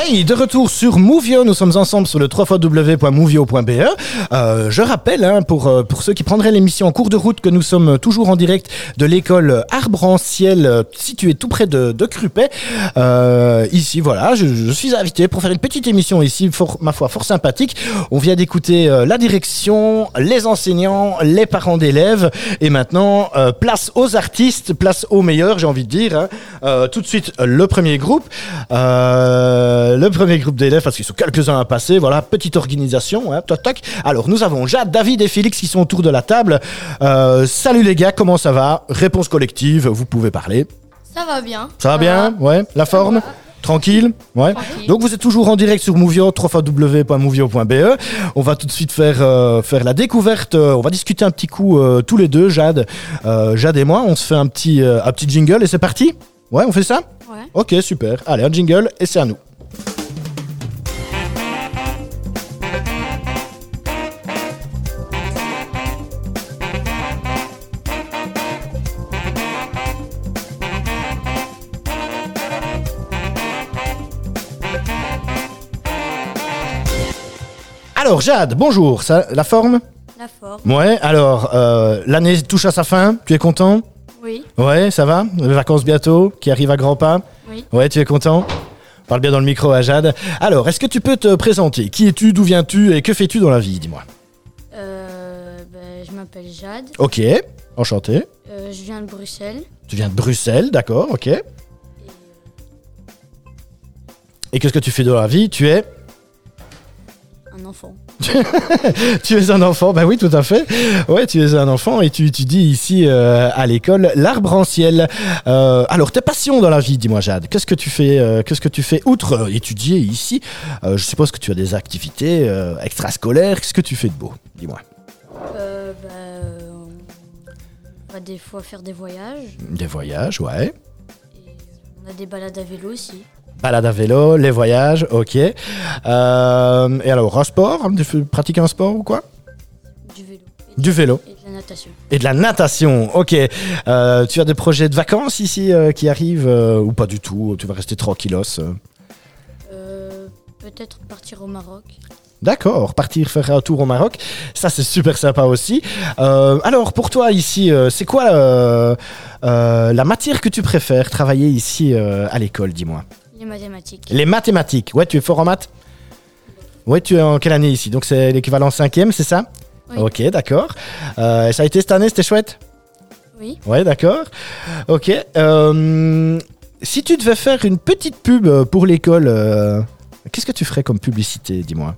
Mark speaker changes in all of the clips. Speaker 1: Hey, de retour sur Movio, nous sommes ensemble sur le www.movio.be. Euh, je rappelle, hein, pour, euh, pour ceux qui prendraient l'émission en cours de route, que nous sommes toujours en direct de l'école Arbranciel, euh, située tout près de, de Crupet. Euh, ici, voilà, je, je suis invité pour faire une petite émission ici, fort- ma foi, fort sympathique. On vient d'écouter euh, la direction, les enseignants, les parents d'élèves, et maintenant, euh, place aux artistes, place aux meilleurs, j'ai envie de dire. hein. Euh, tout de suite, le premier groupe. Euh, le premier groupe d'élèves, parce qu'ils sont quelques-uns à passer. Voilà, petite organisation. Hein, toc, toc. Alors, nous avons Jade, David et Félix qui sont autour de la table. Euh, salut les gars, comment ça va Réponse collective, vous pouvez parler.
Speaker 2: Ça va bien.
Speaker 1: Ça va bien Ouais, la forme Tranquille, ouais.
Speaker 2: Tranquille.
Speaker 1: Donc vous êtes toujours en direct sur Movio, www.movio.be. On va tout de suite faire euh, faire la découverte. euh, on va discuter un petit coup euh, tous les deux, Jade, euh, Jade et moi. On se fait un petit euh, un petit jingle et c'est parti. Ouais, on fait ça.
Speaker 2: Euh, Ouais.
Speaker 1: Ok, super. Allez, un jingle et c'est à nous. Alors Jade, bonjour. Ça, la forme
Speaker 2: La forme.
Speaker 1: Ouais. Alors euh, l'année touche à sa fin. Tu es content
Speaker 2: Oui.
Speaker 1: Ouais, ça va Les vacances bientôt, qui arrivent à grands pas
Speaker 2: Oui.
Speaker 1: Ouais, tu es content Parle bien dans le micro à Jade. Alors, est-ce que tu peux te présenter Qui es-tu D'où viens-tu Et que fais-tu dans la vie Dis-moi.
Speaker 2: Euh, ben, je m'appelle Jade.
Speaker 1: Ok, enchanté.
Speaker 2: Euh, je viens de Bruxelles.
Speaker 1: Tu viens de Bruxelles, d'accord, ok. Et qu'est-ce que tu fais dans la vie Tu es
Speaker 2: Un enfant.
Speaker 1: tu es un enfant, bah oui, tout à fait. Ouais, tu es un enfant et tu étudies ici euh, à l'école l'arbre en ciel. Euh, alors, tes passions dans la vie, dis-moi Jade, qu'est-ce que tu fais euh, Qu'est-ce que tu fais outre euh, étudier ici Euh, Je suppose que tu as des activités euh, extrascolaires. Qu'est-ce que tu fais de beau Dis-moi.
Speaker 2: Euh, ben, euh, on va des fois faire des voyages.
Speaker 1: Des voyages, ouais.
Speaker 2: Et on a des balades à vélo aussi.
Speaker 1: Balade à vélo, les voyages, ok. Euh, et alors, un sport Tu fais- pratiques un sport ou quoi
Speaker 2: Du vélo. Et de,
Speaker 1: Du vélo
Speaker 2: et de la natation.
Speaker 1: et de la natation, ok. Euh, tu as des projets de vacances ici euh, qui arrivent euh, ou pas du tout Tu vas rester tranquillos euh.
Speaker 2: Euh, Peut-être partir au Maroc.
Speaker 1: D'accord, partir faire un tour au Maroc, ça c'est super sympa aussi. Euh, alors pour toi ici, euh, c'est quoi euh, euh, la matière que tu préfères travailler ici euh, à l'école, dis-moi
Speaker 2: Les mathématiques.
Speaker 1: Les mathématiques, ouais tu es fort en maths Ouais tu es en quelle année ici Donc c'est l'équivalent cinquième, c'est ça
Speaker 2: Oui.
Speaker 1: Ok, d'accord. Euh, ça a été cette année, c'était chouette
Speaker 2: Oui.
Speaker 1: Ouais, d'accord. Ok. euh, si tu devais faire une petite pub euh, pour l'école, euh, qu'est-ce que tu ferais comme publicité, dis-moi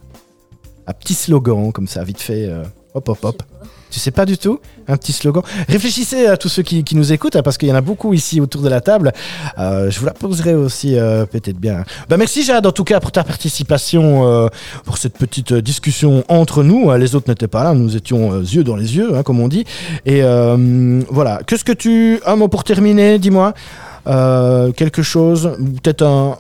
Speaker 1: Un petit slogan comme ça, vite fait. euh, hop, hop,
Speaker 2: Je
Speaker 1: hop.
Speaker 2: sais pas.
Speaker 1: Tu sais pas du tout Un petit slogan. Réfléchissez à tous ceux qui, qui nous écoutent, hein, parce qu'il y en a beaucoup ici autour de la table. Euh, je vous la poserai aussi euh, peut-être bien. Bah, merci Jade, en tout cas, pour ta participation, euh, pour cette petite euh, discussion entre nous. Euh, Les autres n'étaient pas là, nous étions euh, yeux dans les yeux, hein, comme on dit. Et euh, voilà, qu'est-ce que tu... Un mot pour terminer, dis-moi. Euh, quelque chose, ou peut-être un...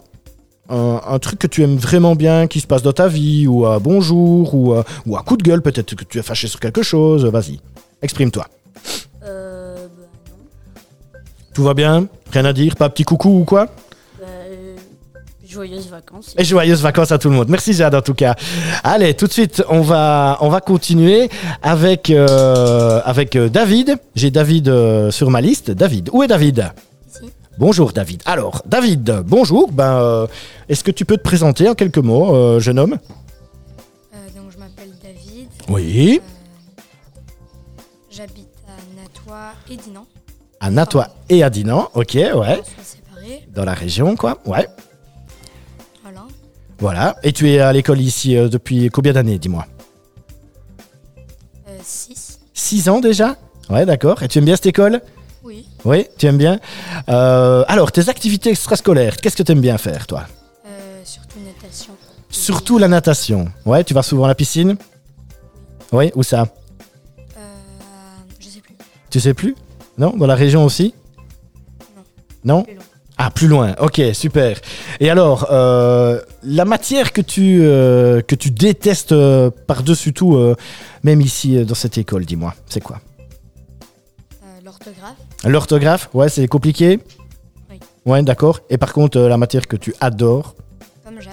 Speaker 1: Un, un truc que tu aimes vraiment bien, qui se passe dans ta vie, ou un bonjour, ou, un- ou un coup de gueule, peut-être que tu es fâché sur quelque chose, vas-y. Exprime-toi.
Speaker 2: Euh, ben, non.
Speaker 1: Tout va bien Rien à dire Pas petit coucou ou quoi
Speaker 2: Ben, euh, joyeuses vacances.
Speaker 1: Et joyeuses vacances à tout le monde. Merci Jade en tout cas. Allez, tout de suite, on va, on va continuer avec, euh, avec euh, David. J'ai David euh, sur ma liste. David, où est David
Speaker 2: Ici.
Speaker 1: Bonjour David. Alors, David, bonjour. Ben, euh, Est-ce que tu peux te présenter en quelques mots, euh, jeune homme
Speaker 3: Euh, donc je m'appelle David,
Speaker 1: Oui.
Speaker 3: j'habite à Natois et Dinan,
Speaker 1: Anna, toi et Adinan. Ok, ouais.
Speaker 3: on soit séparés,
Speaker 1: Dans la région, quoi. Ouais.
Speaker 3: voilà,
Speaker 1: Voilà. Et tu es à l'école ici euh, depuis combien d'années, dis-moi
Speaker 3: Euh, 6,
Speaker 1: 6 ans déjà Ouais, d'accord. Et tu aimes bien cette école
Speaker 3: oui,
Speaker 1: Oui, tu aimes bien. Euh, alors, tes activités extrascolaires, qu'est-ce que tu aimes bien faire, toi
Speaker 3: euh, surtout natation.
Speaker 1: Surtout la natation. Ouais, tu vas souvent à la piscine Oui, où ça
Speaker 3: Euh, je sais plus,
Speaker 1: Tu sais plus Non Dans la région aussi Non.
Speaker 3: Plus loin.
Speaker 1: Ah, plus loin. Ok, super. Et alors, euh, la matière que tu, euh, que tu détestes euh, par-dessus tout, euh, même ici euh, dans cette école, dis-moi, c'est quoi
Speaker 3: Euh, l'orthographe,
Speaker 1: L'orthographe, ouais, c'est compliqué
Speaker 3: Oui.
Speaker 1: Ouais, d'accord. Et par contre, euh, la matière que tu adores,
Speaker 3: comme Jade,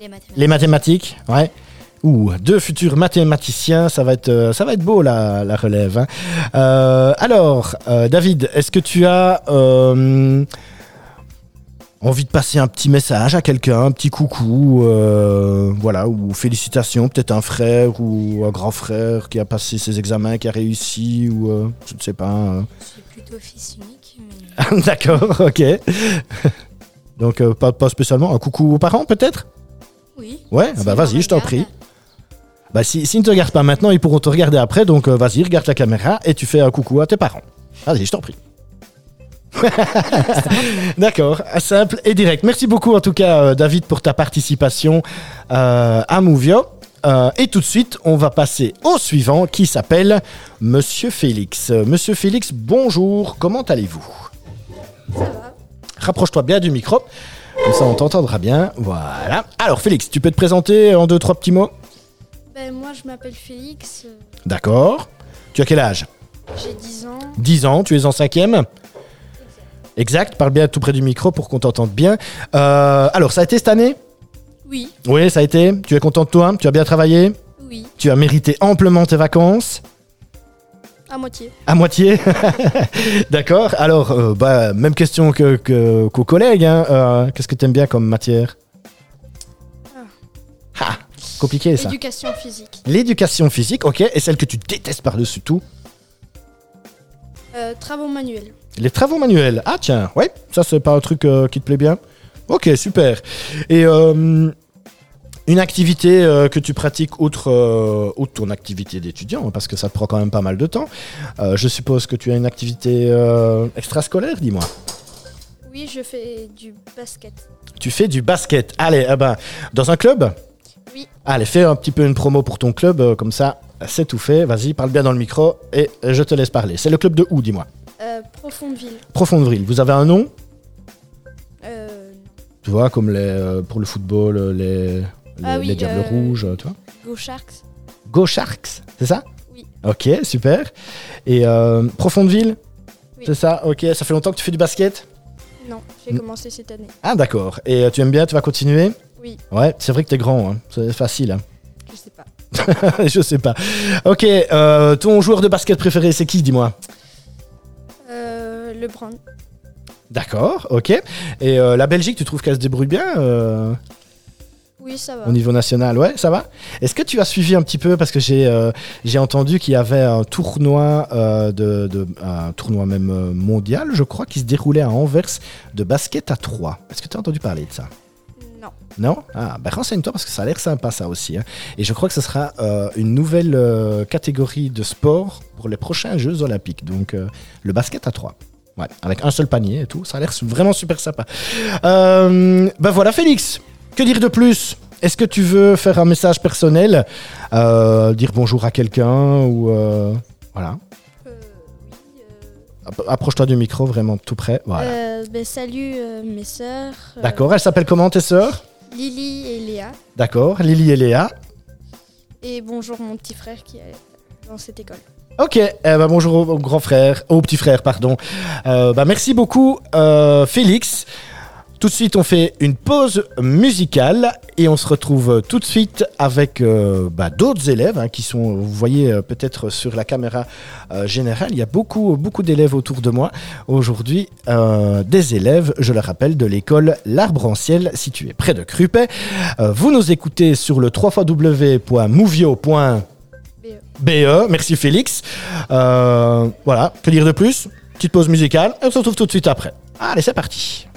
Speaker 3: Les mathématiques.
Speaker 1: Les mathématiques, ouais. Ouh, deux futurs mathématiciens, ça va être, euh, ça va être beau la, la relève. hein. Euh, alors, euh, David, est-ce que tu as euh, envie de passer un petit message à quelqu'un, un petit coucou, euh, voilà, ou félicitations, peut-être un frère ou un grand frère qui a passé ses examens, qui a réussi, ou euh, je ne sais pas. euh.
Speaker 3: Je suis plutôt fils unique, mais
Speaker 1: D'accord, ok. Donc, euh, pas, pas spécialement. Un coucou aux parents, peut-être
Speaker 3: oui.
Speaker 1: Ouais, ah bah
Speaker 3: S'ils
Speaker 1: vas-y,
Speaker 3: me
Speaker 1: je t'en prie.
Speaker 3: regardent,
Speaker 1: Bah, si- s'ils ne te regardent pas maintenant, ils pourront te regarder après. Donc, euh, vas-y, regarde la caméra et tu fais un coucou à tes parents. Vas-y, je t'en prie. D'accord, simple et direct. Merci beaucoup en tout cas, euh, David, pour ta participation euh, à Mouvio. Euh, et tout de suite, on va passer au suivant qui s'appelle Monsieur Félix. Euh, Monsieur Félix, bonjour, comment allez-vous
Speaker 3: Ça va.
Speaker 1: Rapproche-toi bien du micro, comme ça on t'entendra bien. Voilà. Alors Félix, tu peux te présenter en deux, trois petits mots
Speaker 3: Ben, moi, je m'appelle Félix, euh,
Speaker 1: D'accord. Tu as quel âge
Speaker 3: j'ai 10 ans.
Speaker 1: 10 ans, tu es en cinquième Exact, parle bien tout près du micro pour qu'on t'entende bien. Euh, alors, ça a été cette année
Speaker 3: Oui,
Speaker 1: Oui, ça a été. Tu es content de toi Tu as bien travaillé
Speaker 3: oui,
Speaker 1: Tu as mérité amplement tes vacances
Speaker 3: à moitié.
Speaker 1: À moitié D'accord. Alors, euh, bah, même question que, que- qu'aux collègues. hein. Euh, qu'est-ce que tu aimes bien comme matière Ah, Compliqué ça.
Speaker 3: Éducation physique.
Speaker 1: L'éducation physique, ok, et celle que tu détestes par-dessus tout
Speaker 3: Euh, travaux manuels.
Speaker 1: Les travaux manuels. Ah tiens, ouais, ça c'est pas un truc euh, qui te plaît bien. Ok, super. Et euh, une activité euh, que tu pratiques outre, euh, outre ton activité d'étudiant, parce que ça te prend quand même pas mal de temps. Euh, je suppose que tu as une activité euh, extrascolaire, dis-moi.
Speaker 3: Oui, je fais du basket.
Speaker 1: Tu fais du basket. Allez, eh ben, dans un club
Speaker 3: Oui.
Speaker 1: Allez, fais un petit peu une promo pour ton club, euh, comme ça c'est tout fait. Vas-y, parle bien dans le micro et euh, je te laisse parler. C'est le club de où, dis-moi
Speaker 3: Euh, Profondeville.
Speaker 1: Profondeville. Vous avez un nom
Speaker 3: Euh,
Speaker 1: Tu vois, comme les, euh, pour le football, euh, les, les,
Speaker 3: Ah oui,
Speaker 1: les Diables
Speaker 3: euh,
Speaker 1: Rouges, euh, tu vois.
Speaker 3: Go Sharks.
Speaker 1: Go Sharks, c'est ça
Speaker 3: Oui.
Speaker 1: Ok, super. Et euh, Profondeville
Speaker 3: Oui.
Speaker 1: C'est ça, ok. Ça fait longtemps que tu fais du basket
Speaker 3: Non, j'ai
Speaker 1: Mm.
Speaker 3: commencé cette année.
Speaker 1: Ah, d'accord. Et euh, tu aimes bien, tu vas continuer
Speaker 3: Oui,
Speaker 1: Ouais, c'est vrai que t'es grand, hein. c'est facile. hein.
Speaker 3: je sais pas.
Speaker 1: Je sais pas. Ok, euh, ton joueur de basket préféré, c'est qui, dis-moi
Speaker 3: Euh, le brand.
Speaker 1: D'accord, ok. Et euh, la Belgique, tu trouves qu'elle se débrouille bien euh,
Speaker 3: Oui, ça va.
Speaker 1: Au niveau national, ouais, ça va Est-ce que tu as suivi un petit peu Parce que j'ai euh, j'ai entendu qu'il y avait un tournoi, euh, de, de- un tournoi même euh, mondial, je crois, qui se déroulait à Anvers de basket à 3. Est-ce que tu as entendu parler de ça
Speaker 3: Non.
Speaker 1: non Ah, ben renseigne-toi parce que ça a l'air sympa ça aussi. hein. Et je crois que ce sera euh, une nouvelle euh, catégorie de sport pour les prochains Jeux Olympiques. Donc euh, le basket à 3. Ouais, avec un seul panier et tout. Ça a l'air su- vraiment super sympa. Euh, ben voilà Félix, que dire de plus Est-ce que tu veux faire un message personnel Euh, Dire bonjour à quelqu'un ou... euh, voilà.
Speaker 3: Euh, oui. euh,
Speaker 1: App- Approche-toi du micro vraiment tout près. Voilà.
Speaker 3: euh, ben, salut euh, mes sœurs. euh,
Speaker 1: D'accord, elle s'appelle comment tes sœurs
Speaker 3: Lily et Léa.
Speaker 1: D'accord, Lily et Léa.
Speaker 3: Et bonjour mon petit frère qui est dans cette école.
Speaker 1: Ok, eh ben bonjour au, au grand frère, au petit frère, pardon. Euh, bah merci beaucoup, euh, Félix. Tout de suite, on fait une pause musicale et on se retrouve tout de suite avec euh, bah, d'autres élèves hein, qui sont, vous voyez euh, peut-être sur la caméra euh, générale, il y a beaucoup, beaucoup d'élèves autour de moi aujourd'hui, euh, des élèves, je le rappelle, de l'école L'Arbre en Ciel située près de Crupet. Euh, vous nous écoutez sur le 3 BE, E, merci Félix. Euh, voilà, que dire de plus Petite pause musicale et on se retrouve tout de suite après. Allez, c'est parti.